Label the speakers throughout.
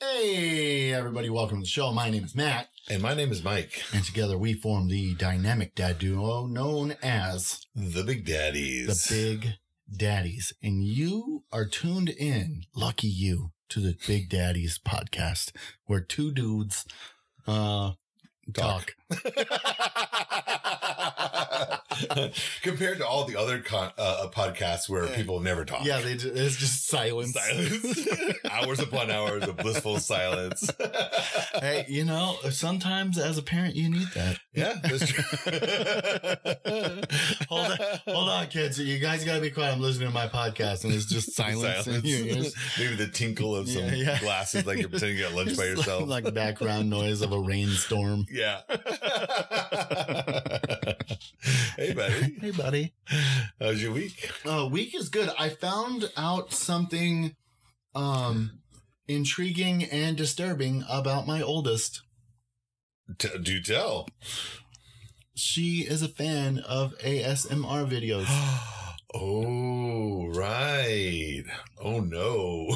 Speaker 1: Hey, everybody, welcome to the show. My name is Matt,
Speaker 2: And my name is Mike,
Speaker 1: and together we form the dynamic dad duo known as
Speaker 2: the Big
Speaker 1: the
Speaker 2: Daddies.
Speaker 1: Big Daddies. And you are tuned in, lucky you, to the Big Daddies podcast, where two dudes uh, talk.
Speaker 2: Compared to all the other con- uh, podcasts where
Speaker 1: Yeah.
Speaker 2: people never talk.
Speaker 1: Yeah, they, ju- it's just silence.
Speaker 2: Silence. hours upon hours of blissful silence.
Speaker 1: hey, you know, sometimes as a parent, you need that.
Speaker 2: yeah, that's true.
Speaker 1: Hold on, Hold on, kids. You guys got to be quiet. I'm listening to my podcast, and it's just silence, in your ears.
Speaker 2: Maybe the tinkle of some
Speaker 1: Yeah, yeah.
Speaker 2: glasses, like you're pretending you got lunch by
Speaker 1: It's
Speaker 2: yourself.
Speaker 1: Like, like background noise of a rainstorm.
Speaker 2: yeah. hey, buddy.
Speaker 1: Hey, buddy.
Speaker 2: How's your week?
Speaker 1: Uh, week is good. I found out something um, intriguing and disturbing about my oldest.
Speaker 2: T- do tell.
Speaker 1: She is a fan of ASMR videos.
Speaker 2: oh, right. Oh, no.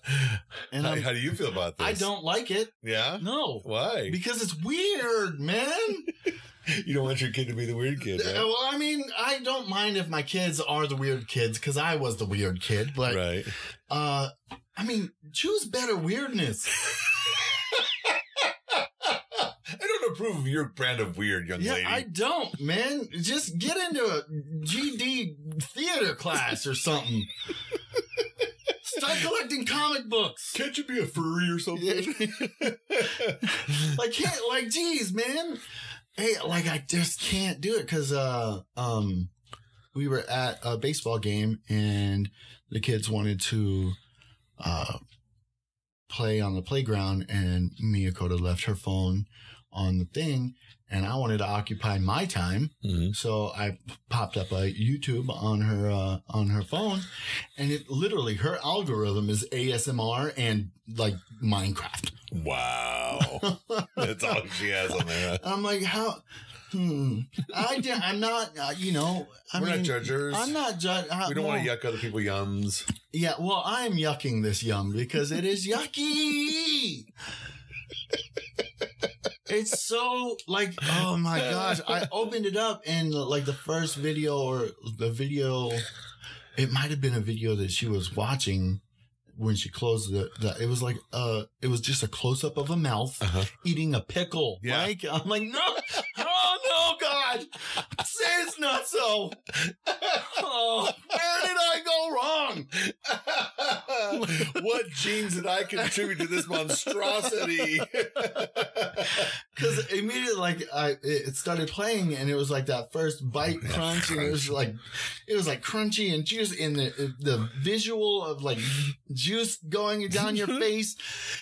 Speaker 1: And
Speaker 2: how,
Speaker 1: I'm-
Speaker 2: how do you feel about this?
Speaker 1: I don't like it.
Speaker 2: Yeah?
Speaker 1: No.
Speaker 2: Why?
Speaker 1: Because it's weird, man.
Speaker 2: you don't want your kid to be the weird kid,
Speaker 1: Uh,
Speaker 2: right?
Speaker 1: Well, I mean, I don't mind if my kids are the weird kids because I was the weird kid, but
Speaker 2: right.
Speaker 1: uh, I mean, choose better weirdness.
Speaker 2: I don't approve of your brand of weird, young
Speaker 1: Yeah,
Speaker 2: lady.
Speaker 1: I don't, man. Just get into a GD theater class or something. Start collecting comic books.
Speaker 2: Can't you be a furry or something?
Speaker 1: Like, can't, like, geez, man. Hey, like, I just can't do it because, uh, um, we were at a baseball game and the kids wanted to, uh, play on the playground and Miyakota left her phone on the thing and I wanted to occupy my time.
Speaker 2: Mhm.
Speaker 1: So I popped up a YouTube on her uh, on her phone, and it literally her algorithm is ASMR and like Minecraft.
Speaker 2: Mm-hmm. Wow. That's all she has on there. huh?
Speaker 1: I'm like, how? Hmm. I di- I'm not. Uh, you know. I
Speaker 2: We're
Speaker 1: mean,
Speaker 2: not judgers.
Speaker 1: I'm not judge.
Speaker 2: we don't want to yuck other people yums.
Speaker 1: Yeah. Well, I'm yucking this yum because it is yucky. It's so like, oh my gosh. I opened it up and like the first video or the video, it might have been a video that she was watching when she closed the, the it was like, uh, it was just a close up of a mouth
Speaker 2: Uh-huh.
Speaker 1: eating a pickle.
Speaker 2: Yeah.
Speaker 1: Mike, I'm like, no, oh no, God, say it's not so. Oh, where did I go wrong?
Speaker 2: what genes did I contribute to this monstrosity?
Speaker 1: Because immediately, like, I it it started playing, and it was like that first bite
Speaker 2: Yeah,
Speaker 1: crunch, and it was like, it was like crunchy and juice, and the the visual of like juice going down your face,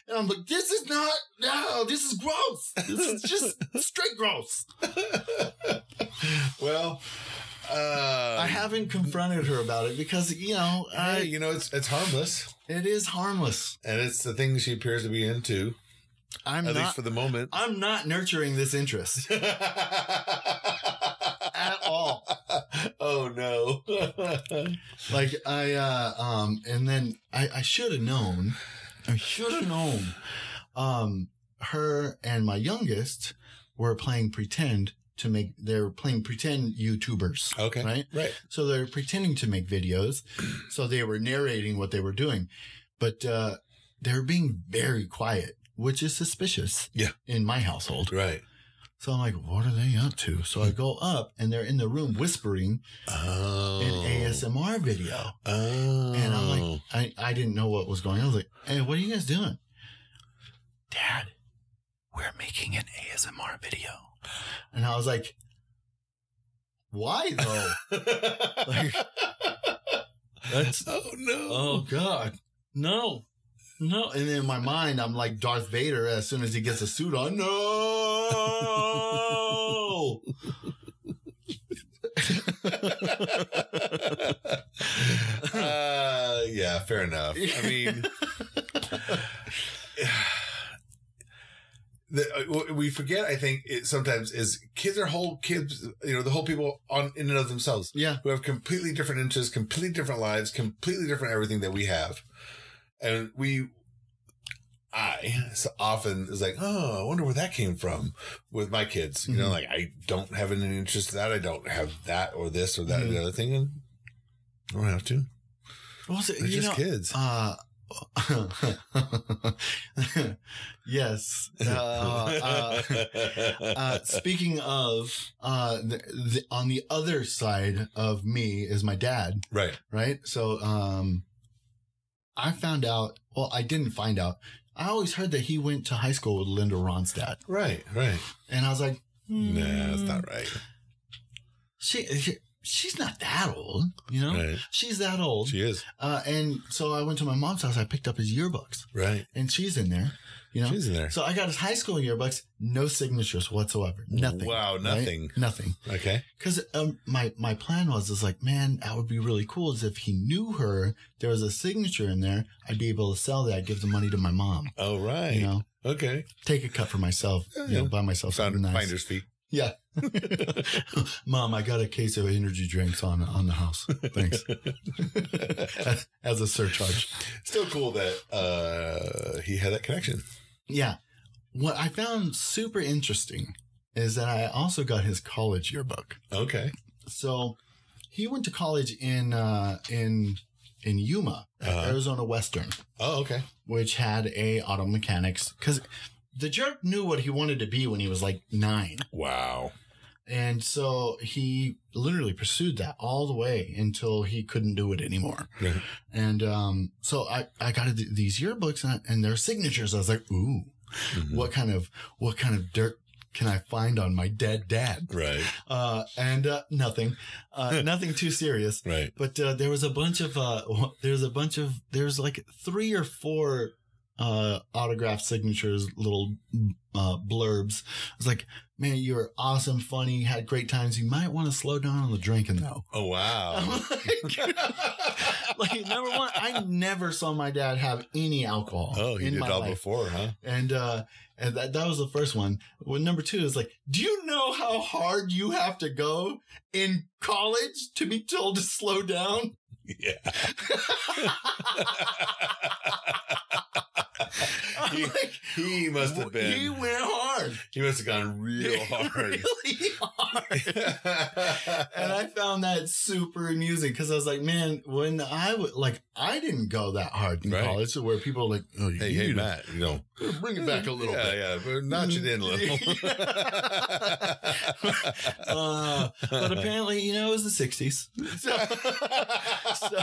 Speaker 1: and I'm like, this is not, no, this is gross. This is just straight gross.
Speaker 2: well, uh,
Speaker 1: I haven't confronted her about it because you know,
Speaker 2: hey,
Speaker 1: I
Speaker 2: you know, it's it's harmless,
Speaker 1: it is harmless.
Speaker 2: and it's the thing she appears to be into,
Speaker 1: I'm
Speaker 2: at least
Speaker 1: not,
Speaker 2: for the moment.
Speaker 1: I'm not nurturing this interest at all.
Speaker 2: oh no!
Speaker 1: like I uh um and then I I should have known I should have known um her and my youngest were playing pretend to make they're playing pretend YouTubers
Speaker 2: okay,
Speaker 1: right
Speaker 2: right.
Speaker 1: so they're pretending to make videos so they were narrating what they were doing but uh they're being very quiet which is suspicious
Speaker 2: Yeah.
Speaker 1: in my household
Speaker 2: Right.
Speaker 1: so I'm like what are they up to so I go up and they're in the room whispering
Speaker 2: Oh.
Speaker 1: an ASMR video
Speaker 2: Oh.
Speaker 1: and I'm like, I, I didn't know what was going on. I was like, hey, what are you guys doing? Dad, we're making an ASMR video. And I was like, why though? Like, that's,
Speaker 2: oh no!
Speaker 1: oh God. No, no. And in my mind, I'm like Darth Vader as soon as he gets a suit on. No.
Speaker 2: Uh, Yeah, fair enough. I mean, the, uh, we forget. I think it sometimes is kids are whole kids. You know, the whole people on in and of themselves
Speaker 1: Yeah.
Speaker 2: who have completely different interests, completely different lives, completely different everything that we have, and we. I so often is like, oh, I wonder where that came from with my kids. You know,
Speaker 1: Mhm.
Speaker 2: like I don't have any interest in that. I don't have that or this or that
Speaker 1: Mm-hmm.
Speaker 2: or the other thing. And I don't have to.
Speaker 1: What was it?
Speaker 2: They're
Speaker 1: You
Speaker 2: just
Speaker 1: know,
Speaker 2: kids.
Speaker 1: Uh, yes. Uh, uh, uh, speaking of, uh, the, the, on the other side of me is my dad,
Speaker 2: right.
Speaker 1: right? So, um, I found out, well, I didn't find out. I always heard that he went to high school with Linda Ronstadt.
Speaker 2: Right. Right.
Speaker 1: And I was like, hmm,
Speaker 2: Nah, that's not right.
Speaker 1: She, she, she's not that old, you know?
Speaker 2: Right.
Speaker 1: She's that old.
Speaker 2: She is.
Speaker 1: Uh, and so I went to my mom's house. I picked up his yearbooks,
Speaker 2: Right.
Speaker 1: and she's in there. You know,
Speaker 2: She's in there.
Speaker 1: so I got his high school yearbooks, no signatures whatsoever, nothing.
Speaker 2: Wow,
Speaker 1: right?
Speaker 2: nothing.
Speaker 1: nothing.
Speaker 2: Okay.
Speaker 1: Because um, my my plan was is like, man, that would be really cool. Is if he knew her, there was a signature in there, I'd be able to sell that, give the money to my mom.
Speaker 2: Oh, right.
Speaker 1: You know,
Speaker 2: Okay.
Speaker 1: take a cut for myself. You know,
Speaker 2: Yeah.
Speaker 1: buy myself
Speaker 2: Found
Speaker 1: something nice.
Speaker 2: finder's fee.
Speaker 1: Yeah. Mom, I got a case of energy drinks on on the house. Thanks. As a surcharge.
Speaker 2: Still cool that uh, he had that connection.
Speaker 1: Yeah. What I found super interesting is that I also got his college yearbook.
Speaker 2: Okay.
Speaker 1: So he went to college in uh, in in Yuma, at
Speaker 2: Uh-huh.
Speaker 1: Arizona Western,
Speaker 2: Oh, okay.
Speaker 1: which had a auto mechanics because the jerk knew what he wanted to be when he was like nine,
Speaker 2: Wow.
Speaker 1: and so he literally pursued that all the way until he couldn't do it anymore.
Speaker 2: Right.
Speaker 1: And um, so I I got th- these yearbooks and, I- and their signatures. I was like, ooh.
Speaker 2: Mhm.
Speaker 1: what kind of what kind of dirt can I find on my dead dad?
Speaker 2: Right.
Speaker 1: Uh, and uh, nothing, uh, nothing too serious.
Speaker 2: Right.
Speaker 1: But uh, there was a bunch of uh, there's a bunch of there's like three or four uh, autograph signatures, little uh, blurbs. I was like, man, you were awesome, funny, had great times. You might want to slow down on the drinking though.
Speaker 2: Oh, wow.
Speaker 1: like number one, I never saw my dad have any alcohol.
Speaker 2: oh, he
Speaker 1: in
Speaker 2: did
Speaker 1: my
Speaker 2: all
Speaker 1: life.
Speaker 2: before, huh?
Speaker 1: And uh and that, that was the first one. Well, number two is like, do you know how hard you have to go in college to be told to slow down?
Speaker 2: Yeah.
Speaker 1: I'm
Speaker 2: he,
Speaker 1: like,
Speaker 2: he must have been.
Speaker 1: He went hard.
Speaker 2: He must have gone real hard.
Speaker 1: really hard. And I found that super amusing because I was like, man, when I would like, I didn't go that hard in
Speaker 2: Right.
Speaker 1: college. So where people are like, oh, you
Speaker 2: hey, hey,
Speaker 1: need to
Speaker 2: Matt, you know,
Speaker 1: bring it back a little
Speaker 2: yeah,
Speaker 1: bit.
Speaker 2: Yeah, but notch it in a little.
Speaker 1: Uh, but apparently, you know, it was the 60s.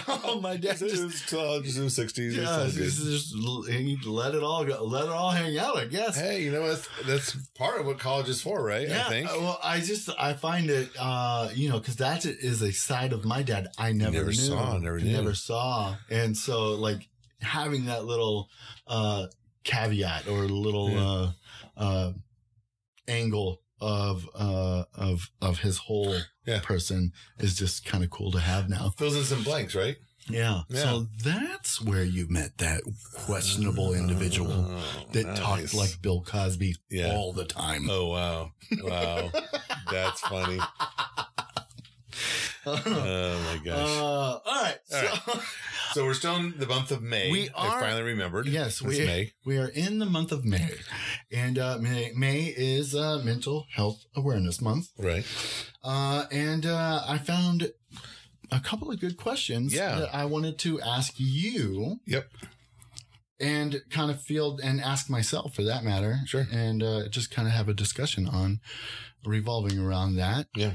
Speaker 1: so my dad
Speaker 2: It
Speaker 1: just
Speaker 2: was college, it was 60s. it
Speaker 1: Yeah,
Speaker 2: was
Speaker 1: it's just, just l- and you let it all go, let it all hang out. I guess.
Speaker 2: Hey, you know what? That's part of what college is for, right?
Speaker 1: yeah.
Speaker 2: I think.
Speaker 1: uh, Well, I just I find it, uh, you know, because that is a side of my dad I never,
Speaker 2: Never
Speaker 1: knew,
Speaker 2: saw, never knew.
Speaker 1: saw, and so like having that little uh, caveat or little
Speaker 2: Yeah.
Speaker 1: uh, uh, angle of uh, of of his whole
Speaker 2: Yeah.
Speaker 1: person is just kind of cool to have now.
Speaker 2: Fills in some blanks, right?
Speaker 1: Yeah.
Speaker 2: Yeah.
Speaker 1: So that's where you met that questionable individual.
Speaker 2: Oh,
Speaker 1: that
Speaker 2: nice.
Speaker 1: talked like Bill Cosby
Speaker 2: Yeah.
Speaker 1: all the time.
Speaker 2: Oh wow, wow, that's funny. Oh
Speaker 1: Uh,
Speaker 2: my gosh.
Speaker 1: all right.
Speaker 2: All
Speaker 1: so,
Speaker 2: so we're still in the month of May.
Speaker 1: We are-
Speaker 2: I finally remembered.
Speaker 1: Yes,
Speaker 2: It's
Speaker 1: we-
Speaker 2: May.
Speaker 1: we are in the month of May, and uh, May, May is uh, Mental Health Awareness Month.
Speaker 2: Right.
Speaker 1: Uh, and uh, I found a couple of good questions
Speaker 2: Yeah.
Speaker 1: that I wanted to ask you.
Speaker 2: Yep.
Speaker 1: And kind of field and ask myself for that matter.
Speaker 2: Sure.
Speaker 1: And uh, just kind of have a discussion on revolving around that.
Speaker 2: Yeah.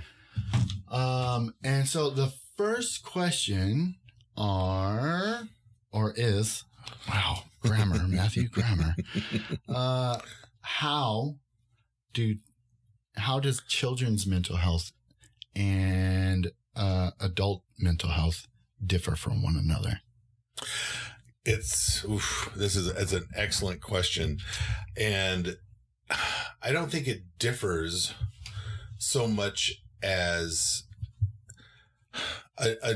Speaker 1: Um, and so the first question are or is wow, grammar, Matthew, grammar. Uh, how do how does children's mental health and uh, adult mental health differ from one another?
Speaker 2: It's oof, this is it's an excellent question, and I don't think it differs so much as a a,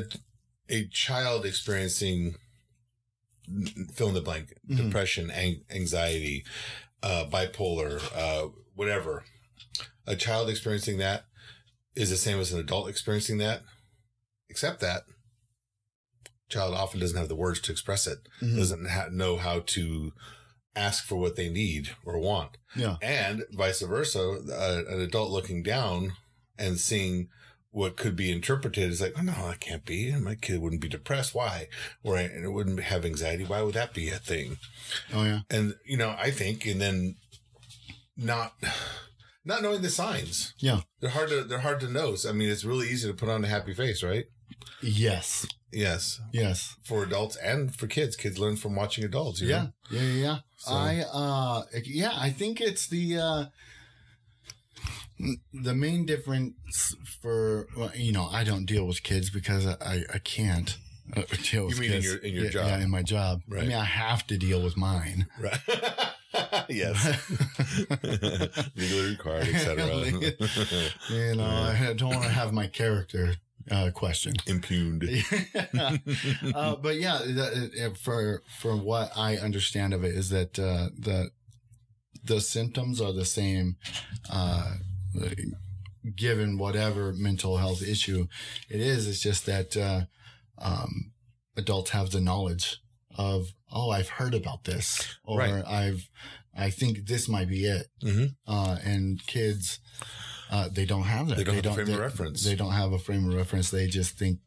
Speaker 2: a child experiencing fill in the blank
Speaker 1: Mhm.
Speaker 2: depression, ang- anxiety, uh, bipolar, uh, whatever. A child experiencing that is the same as an adult experiencing that, except that child often doesn't have the words to express it,
Speaker 1: Mhm.
Speaker 2: doesn't ha- know how to ask for what they need or want
Speaker 1: Yeah.
Speaker 2: and vice versa uh, an adult looking down and seeing what could be interpreted is like oh no that can't be my kid wouldn't be depressed why or and it wouldn't have anxiety why would that be a thing
Speaker 1: Oh yeah.
Speaker 2: and you know i think and then not not knowing the signs
Speaker 1: Yeah.
Speaker 2: they're hard to they're hard to know So, i mean it's really easy to put on a happy face right
Speaker 1: Yes.
Speaker 2: yes
Speaker 1: Yes.
Speaker 2: for adults and for kids kids learn from watching adults you
Speaker 1: Yeah.
Speaker 2: know?
Speaker 1: Yeah. Yeah. yeah.
Speaker 2: So-
Speaker 1: I uh yeah, I think it's the uh the main difference for well, you know, I don't deal with kids because I I, I can't uh, deal with
Speaker 2: You mean in
Speaker 1: kids.
Speaker 2: your- in your
Speaker 1: Yeah,
Speaker 2: job.
Speaker 1: Yeah, in my job. I
Speaker 2: Right.
Speaker 1: mean, I have to deal with mine.
Speaker 2: right yes legally required etc
Speaker 1: You know, I don't want to have my character uh questioned.
Speaker 2: impugned.
Speaker 1: uh, but yeah, the, uh, for for what I understand of it is that uh, the the symptoms are the same, uh, given whatever mental health issue it is. It's just that uh, um, adults have the knowledge of oh, I've heard about this, or
Speaker 2: Right.
Speaker 1: I've I think this might be it,
Speaker 2: Mhm.
Speaker 1: uh, and kids. Uh, they don't have that.
Speaker 2: They don't have a frame of reference.
Speaker 1: They don't have a frame of reference. They just think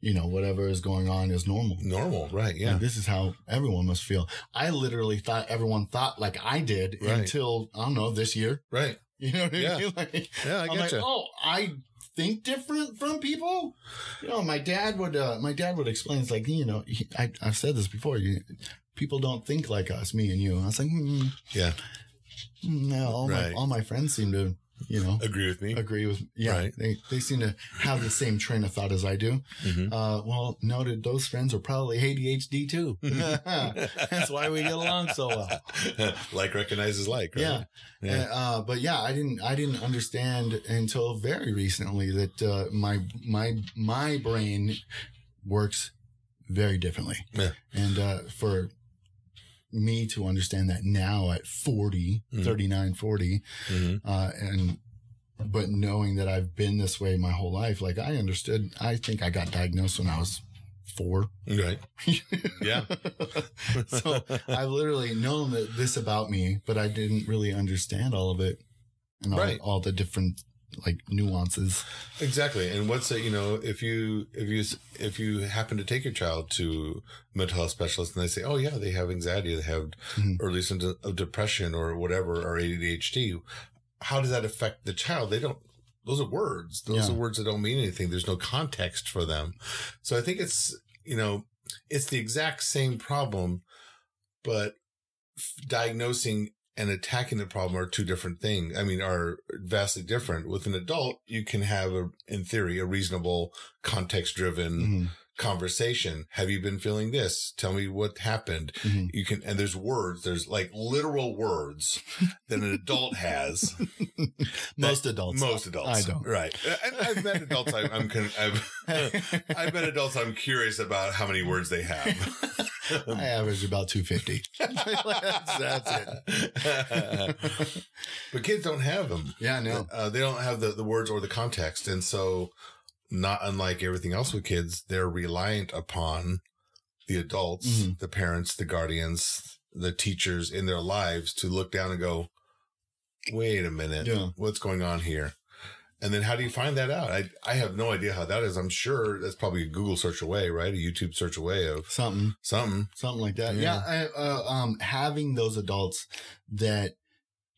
Speaker 1: you know, whatever is going on is normal.
Speaker 2: Normal, right?
Speaker 1: Yeah.
Speaker 2: Yeah.
Speaker 1: this is how everyone must feel. I literally thought everyone thought like I did
Speaker 2: Right.
Speaker 1: until, I don't know, this year.
Speaker 2: Right.
Speaker 1: You know what I
Speaker 2: Yeah.
Speaker 1: mean? Like,
Speaker 2: Yeah, I
Speaker 1: I'm
Speaker 2: get
Speaker 1: like,
Speaker 2: you.
Speaker 1: oh, I think different from people. You know, my dad would, uh, my dad would explain, it's like, you know, he, I, I've said this before. You, people don't think like us, me and you. I was like, hmm,
Speaker 2: oh. Yeah.
Speaker 1: no, all
Speaker 2: Right.
Speaker 1: my, all my friends seem to, you know,
Speaker 2: Agree with me.
Speaker 1: agree with, yeah,
Speaker 2: Right.
Speaker 1: they, they seem to have the same train of thought as I do.
Speaker 2: Mhm.
Speaker 1: Uh, well, noted those friends are probably ADHD too.
Speaker 2: Mm-hmm.
Speaker 1: That's why we get along so well.
Speaker 2: like recognizes like, right?
Speaker 1: Yeah.
Speaker 2: Yeah.
Speaker 1: And, Uh, but yeah, I didn't, I didn't understand until very recently that, uh, my, my, my brain works very differently.
Speaker 2: Yeah.
Speaker 1: And, uh, for me to understand that now at 40,
Speaker 2: Mhm.
Speaker 1: 39, 40,
Speaker 2: Mhm.
Speaker 1: uh, and, but knowing that I've been this way my whole life, like I understood, I think I got diagnosed when I was four.
Speaker 2: Mm-hmm. Right. yeah.
Speaker 1: so I've literally known that this about me, but I didn't really understand all of it and all,
Speaker 2: Right.
Speaker 1: all the different like nuances.
Speaker 2: Exactly. And what's it, you know, if you, if you, if you happen to take your child to a mental health specialist and they say, oh yeah, they have anxiety, they have
Speaker 1: Mhm.
Speaker 2: early symptoms of depression or whatever, or ADHD, how does that affect the child? They don't, those are words. Those
Speaker 1: Yeah.
Speaker 2: are words that don't mean anything. There's no context for them. So I think it's, you know, it's the exact same problem, but f- diagnosing and attacking the problem are two different things. I mean, are vastly different. With an adult, you can have, a, in theory, a reasonable, context driven
Speaker 1: Mhm.
Speaker 2: conversation. Have you been feeling this? Tell me what happened.
Speaker 1: Mhm.
Speaker 2: You can, and there's words, there's like literal words that an adult has.
Speaker 1: Most adults.
Speaker 2: Most adults.
Speaker 1: I don't.
Speaker 2: Right. And I've met adults I, I'm, con- I've, I've met adults I'm curious about how many words they have.
Speaker 1: I average about 250. that's, that's it.
Speaker 2: it. but kids don't have them.
Speaker 1: Yeah, no.
Speaker 2: Uh, they don't have the, the words or the context. And so, not unlike everything else with kids, they're reliant upon the adults,
Speaker 1: Mhm.
Speaker 2: the parents, the guardians, the teachers in their lives to look down and go, wait a minute,
Speaker 1: Yeah.
Speaker 2: what's going on here? And then how do you find that out? I, I have no idea how that is. I'm sure that's probably a Google search away, right? A YouTube search away of
Speaker 1: Something,
Speaker 2: something.
Speaker 1: something like that. Yeah.
Speaker 2: Yeah.
Speaker 1: I, uh, um, having those adults that,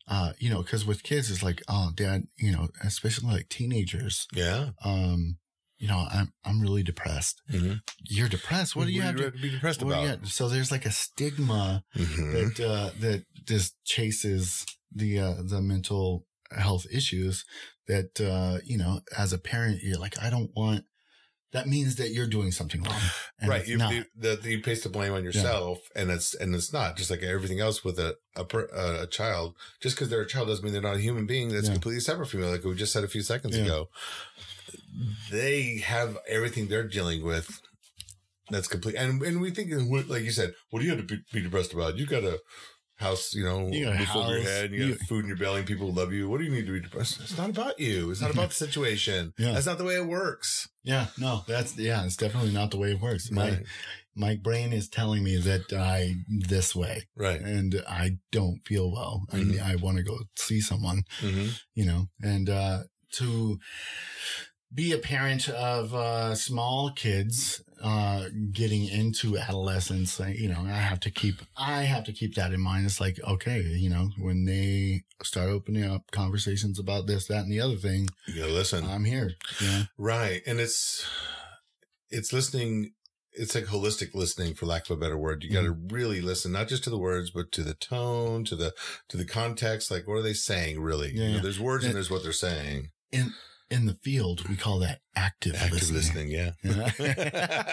Speaker 1: uh, you know, cause with kids, it's like, oh, dad, you know, especially like teenagers,
Speaker 2: Yeah.
Speaker 1: um, you know, I'm, I'm really depressed.
Speaker 2: Mhm.
Speaker 1: You're depressed. What do you have to,
Speaker 2: be depressed
Speaker 1: Well,
Speaker 2: about?
Speaker 1: yeah, so there's like a stigma
Speaker 2: Mhm.
Speaker 1: that uh, that just chases the uh, the mental health issues. That uh, you know, as a parent, you're like, I don't want. That means that you're doing something wrong, and
Speaker 2: right
Speaker 1: it's
Speaker 2: you,
Speaker 1: not.
Speaker 2: you, the, the- you place the blame on yourself and it's and it's not just like everything else with a a, per, a, a child just because they're a child doesn't mean they're not a human being that's
Speaker 1: Yeah.
Speaker 2: completely separate from you like we just said a few seconds
Speaker 1: Yeah.
Speaker 2: ago they have everything they're dealing with That's complete. And and we think, like you said, what do you have to be, be depressed about? You got a house, you know,
Speaker 1: You got a
Speaker 2: roof over your
Speaker 1: house.
Speaker 2: head. You got food in your belly. People love you. What do you need to be depressed? It's not about you. It's not about the situation.
Speaker 1: Yeah.
Speaker 2: That's not the way it works.
Speaker 1: Yeah, no, that's yeah, it's definitely not the way it works. My
Speaker 2: Right.
Speaker 1: my brain is telling me that I this way,
Speaker 2: Right.
Speaker 1: and I don't feel well.
Speaker 2: Mhm.
Speaker 1: I I want to go see someone,
Speaker 2: Mm-hmm.
Speaker 1: you know, and uh, to be a parent of uh, small kids uh, getting into adolescence, I- you know, I have to keep I have to keep that in mind. It's like okay, you know, when they start opening up conversations about this, that, and the other thing,
Speaker 2: You gotta listen.
Speaker 1: I'm here. Yeah,
Speaker 2: Right. And it's it's listening it's like holistic listening for lack of a better word. You gotta really listen, not just to the words, but to the tone, to the to the context. Like what are they saying really?
Speaker 1: Yeah,
Speaker 2: You know,
Speaker 1: yeah.
Speaker 2: there's words
Speaker 1: Yeah.
Speaker 2: and there's what they're saying.
Speaker 1: in the field, we call that active,
Speaker 2: Active
Speaker 1: listening.
Speaker 2: listening, yeah.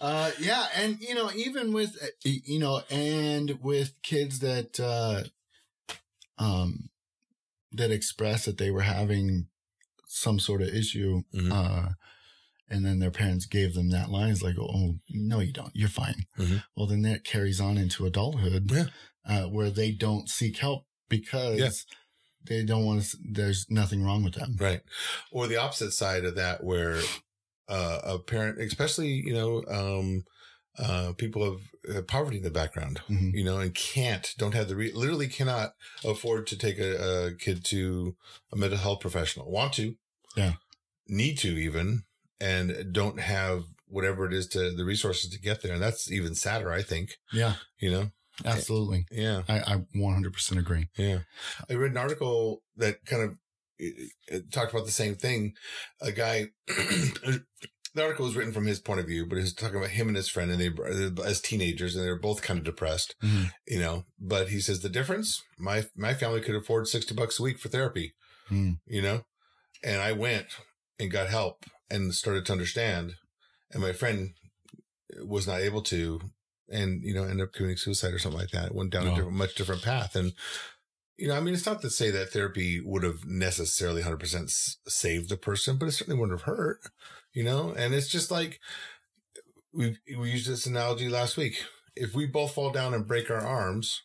Speaker 1: uh, yeah, and you know, even with uh, y- you know, and with kids that uh, um that expressed that they were having some sort of issue,
Speaker 2: Mhm.
Speaker 1: uh, and then their parents gave them that line, it's like, oh no, you don't, you're fine.
Speaker 2: Mhm.
Speaker 1: Well, then that carries on into adulthood,
Speaker 2: Yeah.
Speaker 1: uh, where they don't seek help because.
Speaker 2: Yeah.
Speaker 1: They don't want to. There's nothing wrong with them.
Speaker 2: Right. Or the opposite side of that where uh, a parent, especially, you know, um, uh, people of uh, poverty in the background,
Speaker 1: Mhm.
Speaker 2: you know, and can't, don't have the, re- literally cannot afford to take a, a kid to a mental health professional. Want to.
Speaker 1: Yeah.
Speaker 2: Need to even, and don't have whatever it is to the resources to get there. And that's even sadder, I think,
Speaker 1: Yeah,
Speaker 2: you know?
Speaker 1: absolutely.
Speaker 2: Yeah.
Speaker 1: I, I 100% agree.
Speaker 2: Yeah. I read an article that kind of it, it talked about the same thing. A guy, the article was written from his point of view, but it was talking about him and his friend and they, as teenagers, and they're both kind of depressed,
Speaker 1: Mhm.
Speaker 2: you know, but he says the difference, my, my family could afford 60 bucks a week for therapy,
Speaker 1: Hmm.
Speaker 2: you know, and I went and got help and started to understand. And my friend was not able to, and, you know, ended up committing suicide or something like that. It went down a
Speaker 1: Wow.
Speaker 2: different, much different path. And, you know, I mean, it's not to say that therapy would have necessarily 100% s- saved the person, but it certainly wouldn't have hurt, you know? And it's just like, we, we used this analogy last week. If we both fall down and break our arms,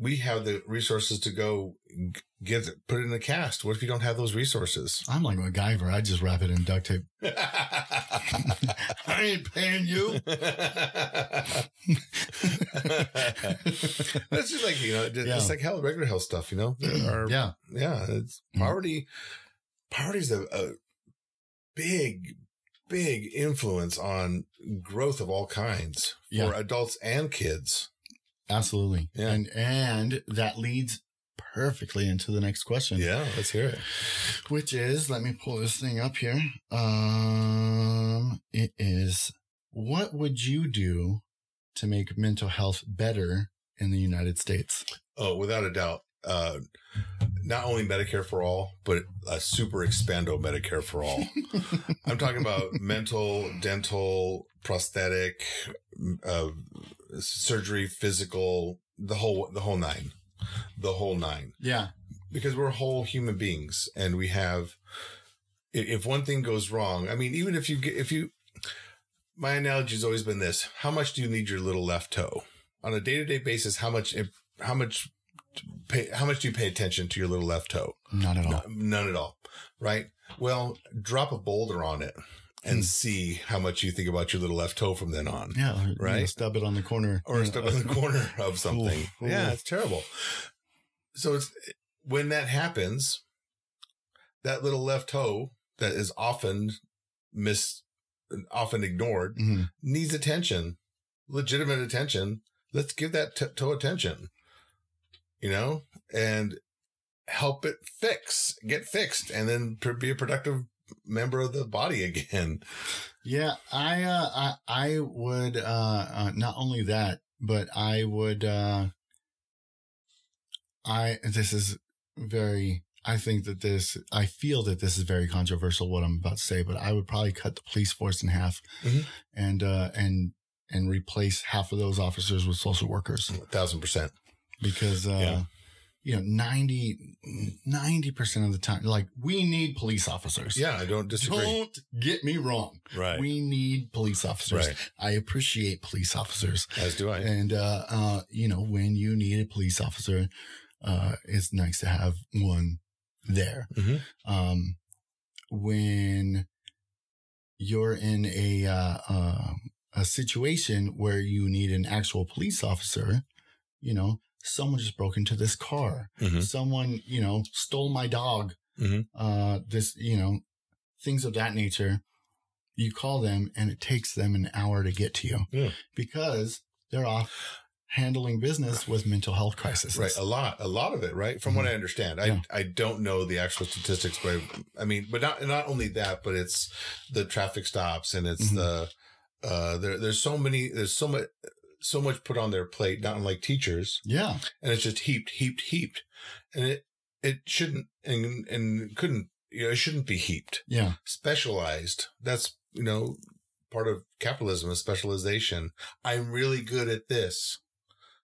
Speaker 2: we have the resources to go g- get it, put it in a cast. What if you don't have those resources?
Speaker 1: I'm like MacGyver. I just wrap it in duct tape. I ain't paying you.
Speaker 2: That's just like you know, it's
Speaker 1: Yeah.
Speaker 2: like hell, regular health stuff. You know, there are
Speaker 1: yeah.
Speaker 2: yeah, it's
Speaker 1: Mhm.
Speaker 2: poverty. Poverty's a, a big, big influence on growth of all kinds for
Speaker 1: Yeah.
Speaker 2: adults and kids.
Speaker 1: Absolutely.
Speaker 2: Yeah.
Speaker 1: And and that leads perfectly into the next question.
Speaker 2: Yeah, let's hear it.
Speaker 1: Which is, let me pull this thing up here. Um it is what would you do to make mental health better in the United States?
Speaker 2: Oh, without a doubt. Uh, not only Medicare for all, but a super expando Medicare for all. I'm talking about mental, dental, prosthetic, uh, surgery, physical, the whole, the whole nine, the whole nine.
Speaker 1: Yeah.
Speaker 2: because we're whole human beings and we have i- if one thing goes wrong i mean even if you get if you my analogy has always been this how much do you need your little left toe on a day-to-day basis how much how much pay, how much do you pay attention to your little left toe
Speaker 1: Not at all.
Speaker 2: no- none at all right well drop a boulder on it and
Speaker 1: Hmm.
Speaker 2: see how much you think about your little left toe from then on
Speaker 1: Yeah. you
Speaker 2: Right?
Speaker 1: know, stub it on the corner.
Speaker 2: or stuck in the corner of something.
Speaker 1: Oof,
Speaker 2: yeah,
Speaker 1: oof.
Speaker 2: it's terrible. So it's when that happens, that little left toe that is often mis often ignored
Speaker 1: Mhm.
Speaker 2: needs attention, legitimate attention. Let's give that t- toe attention, you know, and help it fix, get fixed, and then pr- be a productive member of the body again.
Speaker 1: Yeah, I uh, I I would uh, uh not only that, but I would uh I this is very I think that this I feel that this is very controversial what I'm about to say, but I would probably cut the police force in half
Speaker 2: Mhm.
Speaker 1: and uh and and replace half of those officers with social workers
Speaker 2: A thousand percent.
Speaker 1: because uh
Speaker 2: Yeah.
Speaker 1: you know, 90, percent of the time, like we need police officers.
Speaker 2: Yeah, I don't disagree.
Speaker 1: Don't get me wrong.
Speaker 2: right.
Speaker 1: We need police officers.
Speaker 2: Right.
Speaker 1: I appreciate police officers.
Speaker 2: As do I.
Speaker 1: And, uh, uh, you know, when you need a police officer, uh, it's nice to have one there
Speaker 2: Mhm.
Speaker 1: um, when you're in a uh, uh, a situation where you need an actual police officer, you know, someone just broke into this car,
Speaker 2: Mhm.
Speaker 1: someone you know stole my dog,
Speaker 2: Mhm.
Speaker 1: uh, this you know things of that nature. You call them, and it takes them an hour to get to you
Speaker 2: Yeah.
Speaker 1: because they're off handling business with mental health crises.
Speaker 2: Right, a lot, a lot of it, right? From what I understand, I
Speaker 1: Mm-hmm. Yeah.
Speaker 2: I don't know the actual statistics, but I, I mean, but not not only that, but it's the traffic stops and it's
Speaker 1: Mhm.
Speaker 2: the uh there there's so many there's so much so much put on their plate, not unlike teachers,
Speaker 1: Yeah.
Speaker 2: and it's just heaped, heaped, heaped, and it it shouldn't and and couldn't you know it shouldn't be heaped,
Speaker 1: Yeah.
Speaker 2: specialized. That's you know part of capitalism is specialization. I'm really good at this.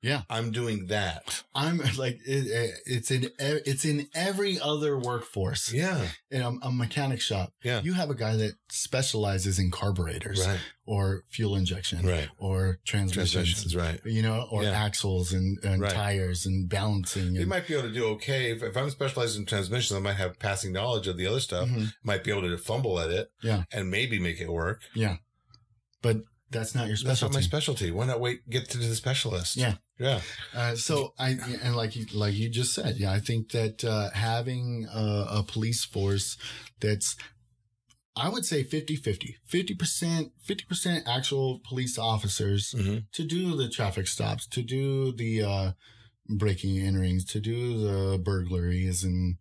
Speaker 1: Yeah.
Speaker 2: I'm doing that.
Speaker 1: I'm like it, it, it's in ev- it's in every other workforce
Speaker 2: Yeah.
Speaker 1: in a, a mechanic shop.
Speaker 2: Yeah.
Speaker 1: You have a guy that specializes in carburetors
Speaker 2: Right.
Speaker 1: or fuel injection
Speaker 2: Right.
Speaker 1: or transmissions,
Speaker 2: Transmissions, right.
Speaker 1: you know, or
Speaker 2: Yeah.
Speaker 1: axles and, and
Speaker 2: Right.
Speaker 1: tires and balancing.
Speaker 2: You
Speaker 1: And,
Speaker 2: might be able to do okay. If, if I'm specialized in transmissions, I might have passing knowledge of the other stuff.
Speaker 1: Mhm.
Speaker 2: Might be able to fumble at it
Speaker 1: Yeah.
Speaker 2: and maybe make it work.
Speaker 1: That's not your
Speaker 2: That's not
Speaker 1: specialty.
Speaker 2: my specialty. Why not wait, get to the specialist?
Speaker 1: Yeah.
Speaker 2: Yeah.
Speaker 1: Uh, so I and like you like you just said, yeah, I think that uh, having a, a police force that's I would say 50-50. 50%, 50% actual police officers
Speaker 2: Mm-hmm.
Speaker 1: to do the traffic stops, to do the uh, breaking and enterings, to do the burglaries and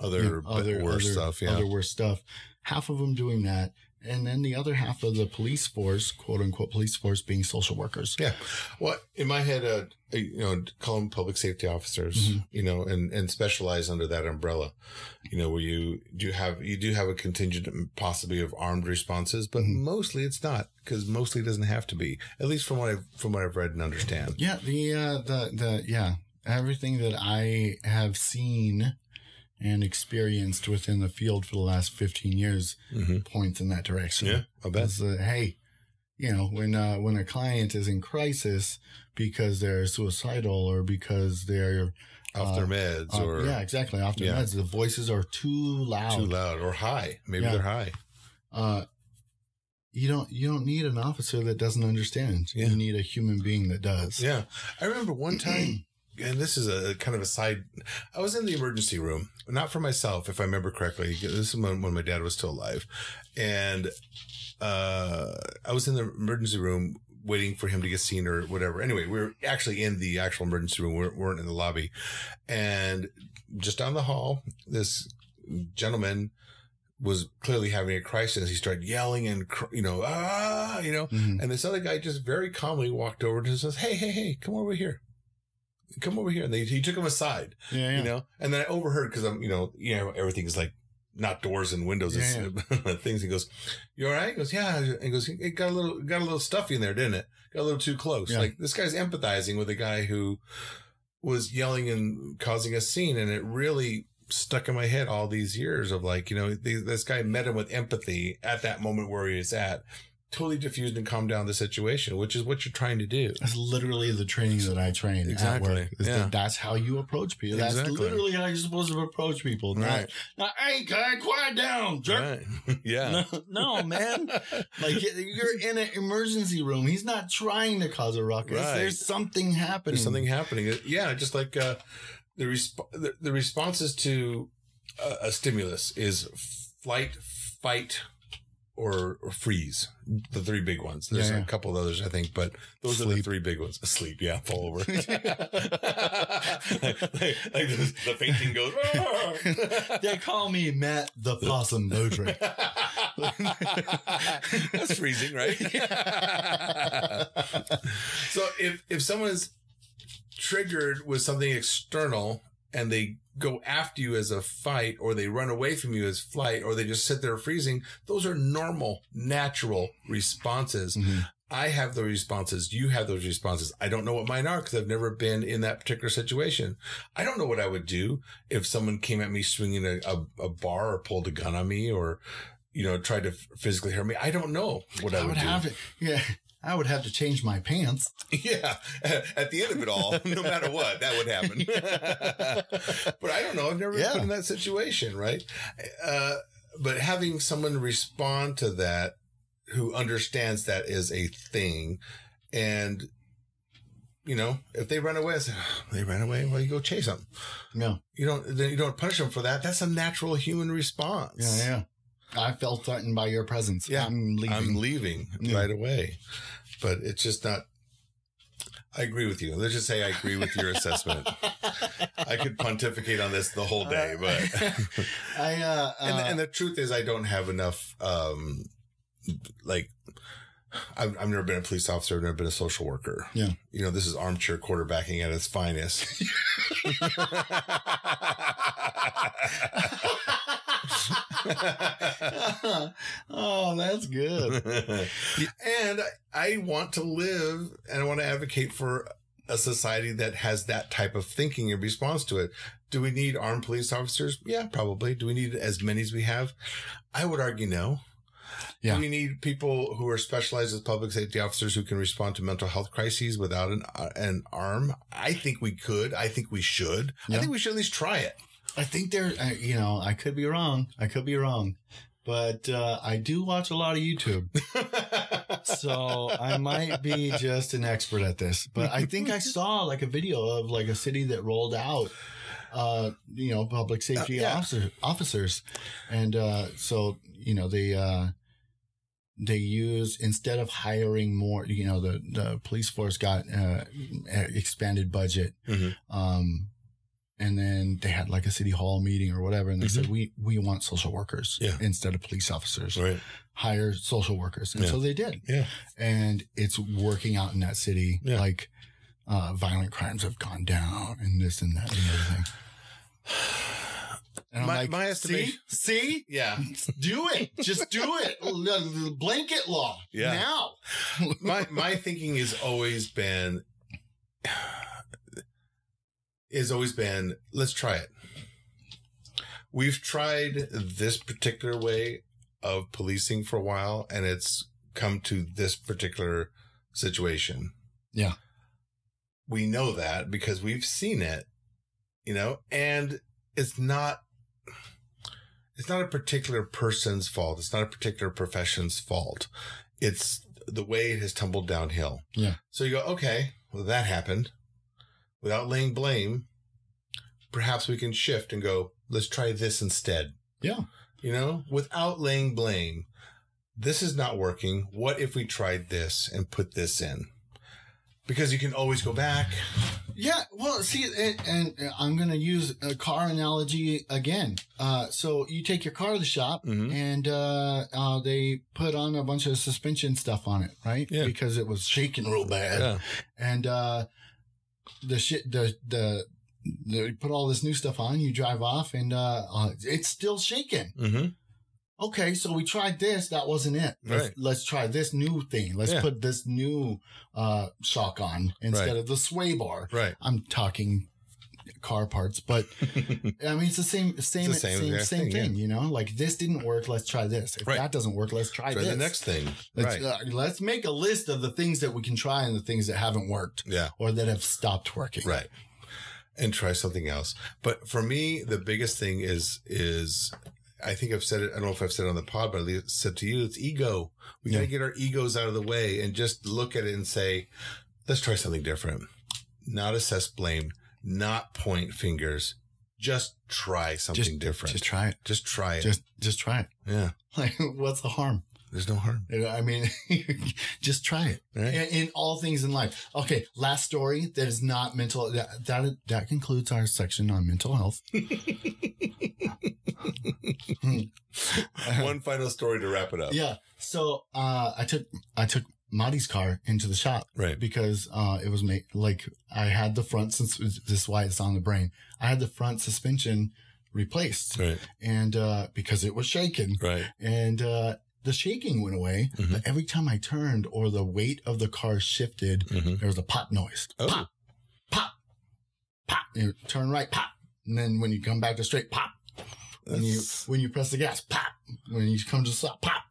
Speaker 2: Other,
Speaker 1: you know,
Speaker 2: other worse
Speaker 1: other-
Speaker 2: stuff. Yeah.
Speaker 1: other worse stuff. Half of them doing that, and then the other half of the police force, quote unquote police force, being social workers.
Speaker 2: Yeah. Well, in my head, uh, you know, call them public safety officers,
Speaker 1: Mhm.
Speaker 2: you know, and, and specialize under that umbrella, you know, where you do have, you do have a contingent possibly of armed responses, but
Speaker 1: Mhm.
Speaker 2: mostly it's not because mostly it doesn't have to be, at least from what I've, from what I've read and understand.
Speaker 1: Yeah, the uh, the the yeah, everything that I have seen and experienced within the field for the last fifteen years
Speaker 2: Mm-hmm.
Speaker 1: points in that direction.
Speaker 2: I bet.
Speaker 1: That's uh, hey, you know, when uh, when a client is in crisis because they're suicidal or because they're
Speaker 2: Off
Speaker 1: Uh,
Speaker 2: their meds
Speaker 1: uh,
Speaker 2: or
Speaker 1: yeah, exactly, off their
Speaker 2: Yeah.
Speaker 1: meds, the voices are too loud.
Speaker 2: too loud or high. Maybe
Speaker 1: Yeah.
Speaker 2: they're high.
Speaker 1: Uh, you don't you don't need an officer that doesn't understand.
Speaker 2: Yeah.
Speaker 1: You need a human being that does.
Speaker 2: Yeah. I remember one time, and this is a kind of a side, I was in the emergency room, not for myself, if I remember correctly. This is when, when my dad was still alive. And uh, I was in the emergency room waiting for him to get seen or whatever. Anyway, we were actually in the actual emergency room, we weren't- weren't in the lobby. And just down the hall, this gentleman was clearly having a crisis. He started yelling and, cr- you know, ah, you know,
Speaker 1: Mhm.
Speaker 2: and this other guy just very calmly walked over and says, Hey, hey, hey, come over here. Come over here. And they, he took him aside,
Speaker 1: yeah, yeah.
Speaker 2: you know, and then I overheard because I'm, you know, you know, everything's like not doors and windows and things. He goes, you all right? He goes, yeah. And he goes, it got a little, got a little stuffy in there, didn't it? Got a little too close.
Speaker 1: Yeah.
Speaker 2: Like this guy's empathizing with a guy who was yelling and causing a scene. And it really stuck in my head all these years of like, you know, th this guy met him with empathy at that moment where he was at totally diffused and calm down the situation, which is what you're trying to do.
Speaker 1: That's literally the training that I train
Speaker 2: Exactly,
Speaker 1: at work. is that
Speaker 2: yeah.
Speaker 1: that's how you approach people. That's
Speaker 2: Exactly.
Speaker 1: literally how you're supposed to approach people. Not, not, hey, guy, quiet down, jerk.
Speaker 2: Right. yeah.
Speaker 1: No, no, man. Like you're in an emergency room. He's not trying to cause a ruckus.
Speaker 2: Right.
Speaker 1: There's something happening.
Speaker 2: There's something happening. Yeah, just like uh, the, resp- the the responses to a, a stimulus is flight, fight, or, or freeze. The three big ones. There's
Speaker 1: Yeah,
Speaker 2: a
Speaker 1: yeah.
Speaker 2: couple others, I think, but those are the
Speaker 1: Sleep.
Speaker 2: three big ones. Sleep, yeah, fall over. like, like, like the, the fainting goes.
Speaker 1: They call me Matt the Possum Beaudry.
Speaker 2: That's freezing, right? so if if someone's triggered with something external and they go after you as a fight or they run away from you as flight or they just sit there freezing, those are normal, natural responses.
Speaker 1: Mhm.
Speaker 2: I have those responses. You have those responses. I don't know what mine are because I've never been in that particular situation. I don't know what I would do if someone came at me swinging a, a, a bar or pulled a gun on me or, you know, tried to f- physically hurt me. I don't know what I, would, do.
Speaker 1: have to, yeah, I would have to change my pants.
Speaker 2: Yeah. At the end of it all, no matter what, that would happen. but I don't know. I've never
Speaker 1: Yeah.
Speaker 2: been in that situation, right? Uh, but having someone respond to that who understands that is a thing and you know, if they run away, I say, "Oh, they ran away. Well, you go chase them.
Speaker 1: No,
Speaker 2: You don't. Then you don't punish them for that. That's a natural human response.
Speaker 1: yeah, yeah. I felt threatened by your presence.
Speaker 2: Yeah,
Speaker 1: I'm leaving.
Speaker 2: I'm leaving
Speaker 1: Yeah.
Speaker 2: right away. But it's just not. I agree with you. Let's just say I agree with your assessment. I could pontificate on this the whole day, but
Speaker 1: Uh, I uh,
Speaker 2: and,
Speaker 1: uh,
Speaker 2: and the truth is, I don't have enough. Um, like, I've, I've never been a police officer. I've never been a social worker.
Speaker 1: Yeah.
Speaker 2: you know, this is armchair quarterbacking at its finest.
Speaker 1: oh, that's good.
Speaker 2: and I want to live and I want to advocate for a society that has that type of thinking in response to it. Do we need armed police officers? Yeah, probably. Do we need as many as we have? I would argue no.
Speaker 1: Yeah.
Speaker 2: Do we need people who are specialized as public safety officers who can respond to mental health crises without an uh, an arm? I think we could. I think we should. I
Speaker 1: Yeah.
Speaker 2: think we should at least try it.
Speaker 1: I think there, uh, you know, I could be wrong. I could be wrong, but uh, I do watch a lot of YouTube, so I might be just an expert at this. But I think I saw like a video of like a city that rolled out, uh, you know, public safety
Speaker 2: yeah.
Speaker 1: officer, officers, and uh, so you know they uh, they use instead of hiring more, you know, the the police force got uh, expanded budget um, and then they had like a city hall meeting or whatever, and they said we we want social workers
Speaker 2: Mm-hmm. Yeah.
Speaker 1: instead of police officers.
Speaker 2: Right.
Speaker 1: Hire social workers, and
Speaker 2: Yeah.
Speaker 1: so they did.
Speaker 2: Yeah.
Speaker 1: And it's working out in that city.
Speaker 2: Yeah.
Speaker 1: Like uh, violent crimes have gone down, and this and that and everything. And I'm
Speaker 2: My,
Speaker 1: like,
Speaker 2: my
Speaker 1: see,
Speaker 2: estimation.
Speaker 1: see,
Speaker 2: Yeah.
Speaker 1: do it, just do it. L- l- Blanket law,
Speaker 2: Yeah.
Speaker 1: now.
Speaker 2: my my thinking has always been has always been let's try it. We've tried this particular way of policing for a while and it's come to this particular situation.
Speaker 1: Yeah.
Speaker 2: We know that because we've seen it, you know, and it's not it's not a particular person's fault. It's not a particular profession's fault. It's the way it has tumbled downhill.
Speaker 1: Yeah.
Speaker 2: So you go, okay, well, that happened without laying blame. Perhaps we can shift and go, let's try this instead.
Speaker 1: Yeah.
Speaker 2: You know, without laying blame. This is not working. What if we tried this and put this in? Because you can always go back.
Speaker 1: Yeah, well, see, and, and I'm going to use a car analogy again. Uh, so you take your car to the shop,
Speaker 2: Mm-hmm.
Speaker 1: and uh, uh, they put on a bunch of suspension stuff on it, right?
Speaker 2: Yeah.
Speaker 1: Because it was shaking real bad,
Speaker 2: Yeah.
Speaker 1: and uh, the shit, the the. They put all this new stuff on. You drive off, and uh, uh, it's still shaking.
Speaker 2: Mm-hmm.
Speaker 1: Okay, so we tried this. That wasn't it. Let's,
Speaker 2: Right.
Speaker 1: let's try this new thing. Let's
Speaker 2: Yeah.
Speaker 1: put this new uh, shock on instead
Speaker 2: Right.
Speaker 1: of the sway bar.
Speaker 2: Right.
Speaker 1: I'm talking car parts, but I mean it's the same same
Speaker 2: the
Speaker 1: same,
Speaker 2: same
Speaker 1: same,
Speaker 2: exact
Speaker 1: thing,
Speaker 2: thing, yeah.
Speaker 1: you know? Like this didn't work, let's try this. If
Speaker 2: Right.
Speaker 1: that doesn't work, let's try,
Speaker 2: Try
Speaker 1: this.
Speaker 2: the next thing.
Speaker 1: Let's,
Speaker 2: right.
Speaker 1: uh, let's make a list of the things that we can try and the things that haven't worked
Speaker 2: yeah.
Speaker 1: or that have stopped working.
Speaker 2: right and try something else but for me the biggest thing is is i think i've said it i don't know if i've said it on the pod but i said to you it's ego we
Speaker 1: Yeah.
Speaker 2: gotta get our egos out of the way and just look at it and say let's try something different not assess blame not point fingers just try something
Speaker 1: Just Just
Speaker 2: different just,
Speaker 1: try it.
Speaker 2: try it
Speaker 1: Just just try it.
Speaker 2: yeah
Speaker 1: Like what's the harm?
Speaker 2: there's no harm
Speaker 1: You know, I mean, just try it
Speaker 2: right
Speaker 1: in, in all things in life. Okay, last story that is not mental. That that, that concludes our section on mental health.
Speaker 2: one final story to wrap it
Speaker 1: Uh-huh.
Speaker 2: up
Speaker 1: Yeah. So uh, I took I took Marty's car into the shop
Speaker 2: right
Speaker 1: because uh, it was made like I had the front since this is why it's on the brain. I had the front suspension replaced
Speaker 2: right
Speaker 1: and uh, because it was shaken
Speaker 2: right
Speaker 1: and uh, the shaking went away,
Speaker 2: Mhm.
Speaker 1: but every time I turned or the weight of the car shifted,
Speaker 2: Mhm.
Speaker 1: there was a pop noise.
Speaker 2: Oh.
Speaker 1: Pop, pop, pop. You turn right, pop. And then when you come back to straight, pop. When you
Speaker 2: That's-
Speaker 1: when you press the gas, pop. When you come to stop, pop.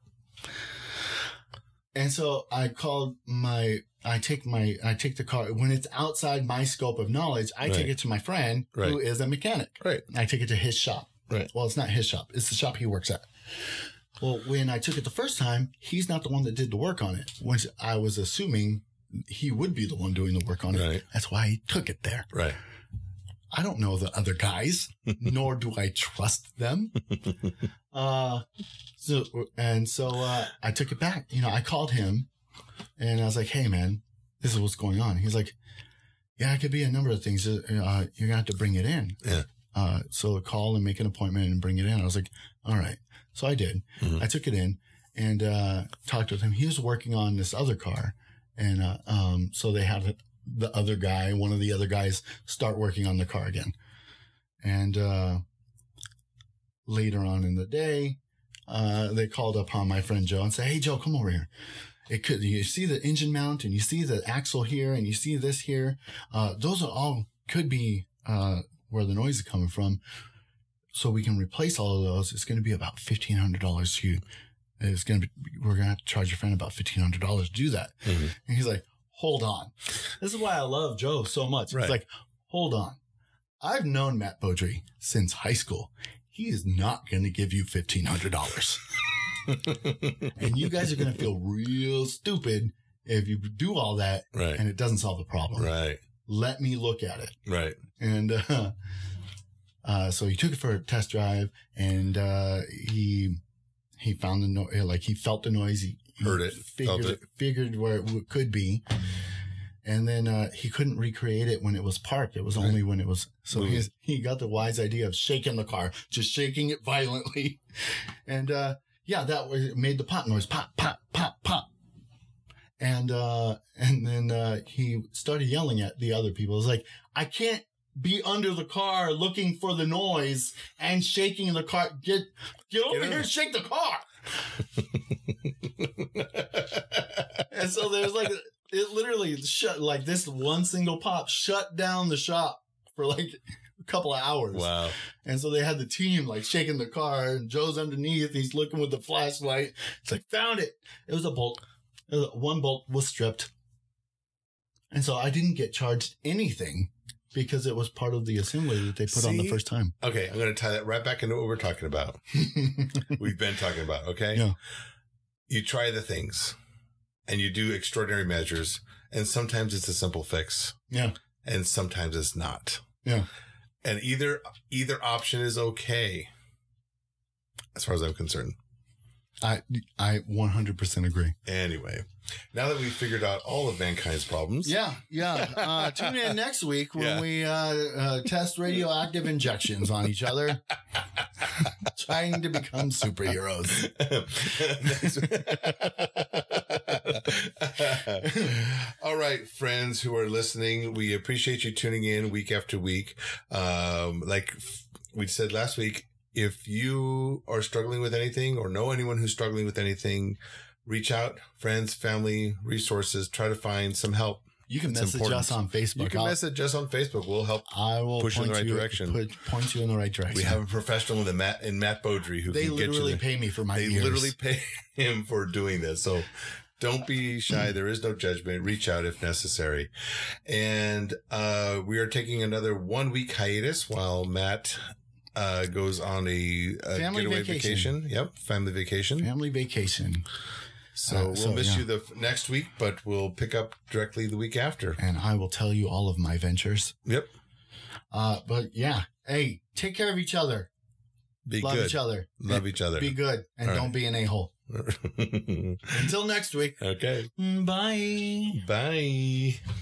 Speaker 1: And so I called my I take my I take the car when it's outside my scope of knowledge, I
Speaker 2: Right.
Speaker 1: take it to my friend who
Speaker 2: Right.
Speaker 1: is a mechanic.
Speaker 2: Right.
Speaker 1: I take it to his shop.
Speaker 2: Right.
Speaker 1: Well, it's not his shop. It's the shop he works at. Well, when I took it the first time, he's not the one that did the work on it, which I was assuming he would be the one doing the work on it.
Speaker 2: Right.
Speaker 1: That's why he took it there.
Speaker 2: Right.
Speaker 1: I don't know the other guys, nor do I trust them. Uh, so and so uh, I took it back. You know, I called him, and I was like, "Hey, man, this is what's going on." He's like, "Yeah, it could be a number of things. Uh, uh, you're gonna have to bring it in."
Speaker 2: Yeah.
Speaker 1: Uh, so call and make an appointment and bring it in. I was like, "All right." So I did.
Speaker 2: Mhm.
Speaker 1: I took it in and uh, talked with him. He was working on this other car, and uh, um, so they had the other guy, one of the other guys, start working on the car again. And uh, later on in the day, uh, they called upon my friend Joe and said, "Hey, Joe, come over here. It could you see the engine mount and you see the axle here and you see this here. Uh, those are all could be uh, where the noise is coming from. So we can replace all of those. It's going to be about fifteen hundred dollars to you. It's going to be we're going to have to charge your friend about fifteen hundred dollars to do that."
Speaker 2: Mhm.
Speaker 1: And he's like, "Hold on. This is why I love Joe so much.
Speaker 2: Right.
Speaker 1: He's like, "Hold on. I've known Matt Beaudry since high school. He is not going to give you fifteen hundred dollars." and you guys are going to feel real stupid if you do all that
Speaker 2: right.
Speaker 1: and it doesn't solve the problem.
Speaker 2: Right.
Speaker 1: Let me look at it.
Speaker 2: Right.
Speaker 1: And uh, uh, so he took it for a test drive, and uh, he he found the noise. Like he felt the noise. He, he
Speaker 2: Heard it, felt
Speaker 1: Figured figured where it w- could be. And then uh, he couldn't recreate it when it was parked. It was only when it was. So
Speaker 2: Moving.
Speaker 1: his, he got the wise idea of shaking the car, just shaking it violently, and uh, yeah, that was it made the pop noise, pop, pop, pop, pop. And uh, and then uh, he started yelling at the other people. It's like, I can't be under the car looking for the noise and shaking the car. Get get over
Speaker 2: Get
Speaker 1: here
Speaker 2: over.
Speaker 1: and shake the car. And so there's like it literally shut like this one single pop shut down the shop for like a couple of hours.
Speaker 2: wow.
Speaker 1: And so they had the team like shaking the car and Joe's underneath. He's looking with the flashlight. It's like, found it. It was a bolt. It was- one bolt was stripped. And so I didn't get charged anything because it was part of the assembly that they put on the
Speaker 2: See?
Speaker 1: first time.
Speaker 2: Okay, I'm going to tie that right back into what we're talking about. We've been talking about, okay?
Speaker 1: Yeah.
Speaker 2: You try the things and you do extraordinary measures, and sometimes it's a simple fix
Speaker 1: yeah.
Speaker 2: and sometimes it's not.
Speaker 1: Yeah.
Speaker 2: And either either option is okay as far as I'm concerned.
Speaker 1: I I 100% agree.
Speaker 2: Anyway, now that we've figured out all of mankind's problems,
Speaker 1: Yeah, yeah. Uh, tune in next week when
Speaker 2: Yeah.
Speaker 1: we uh, uh, test radioactive injections on each other, trying to become superheroes.
Speaker 2: All right, friends who are listening, we appreciate you tuning in week after week. Um, like f- we said last week, if you are struggling with anything or know anyone who's struggling with anything, reach out, friends, family, resources, try to find some help.
Speaker 1: You can
Speaker 2: It's
Speaker 1: message
Speaker 2: important.
Speaker 1: us on Facebook.
Speaker 2: You can
Speaker 1: I'll-
Speaker 2: message us on Facebook. We'll help.
Speaker 1: I will
Speaker 2: push you in
Speaker 1: point
Speaker 2: the right
Speaker 1: you,
Speaker 2: direction.
Speaker 1: Put, point you in the right direction.
Speaker 2: We have a professional in Matt in Matt Beaudry who
Speaker 1: they
Speaker 2: can get you.
Speaker 1: literally
Speaker 2: the-
Speaker 1: pay me for my
Speaker 2: they
Speaker 1: ears.
Speaker 2: literally pay him for doing this. So don't be shy. There is no judgment. Reach out if necessary. And uh, we are taking another one week hiatus while Matt uh, goes on a, a
Speaker 1: Family
Speaker 2: getaway
Speaker 1: vacation.
Speaker 2: vacation. Yep, family vacation.
Speaker 1: family vacation,
Speaker 2: So
Speaker 1: Uh,
Speaker 2: we'll
Speaker 1: so,
Speaker 2: miss
Speaker 1: yeah.
Speaker 2: you the f- next week, but we'll pick up directly the week after.
Speaker 1: and I will tell you all of my ventures.
Speaker 2: Yep.
Speaker 1: Uh, but yeah, hey, take care of each other.
Speaker 2: Be
Speaker 1: Love
Speaker 2: good.
Speaker 1: each other.
Speaker 2: Love each other.
Speaker 1: Be good, and
Speaker 2: All right.
Speaker 1: don't be an a hole. Until next week. Mm,
Speaker 2: okay.
Speaker 1: Bye.
Speaker 2: Bye.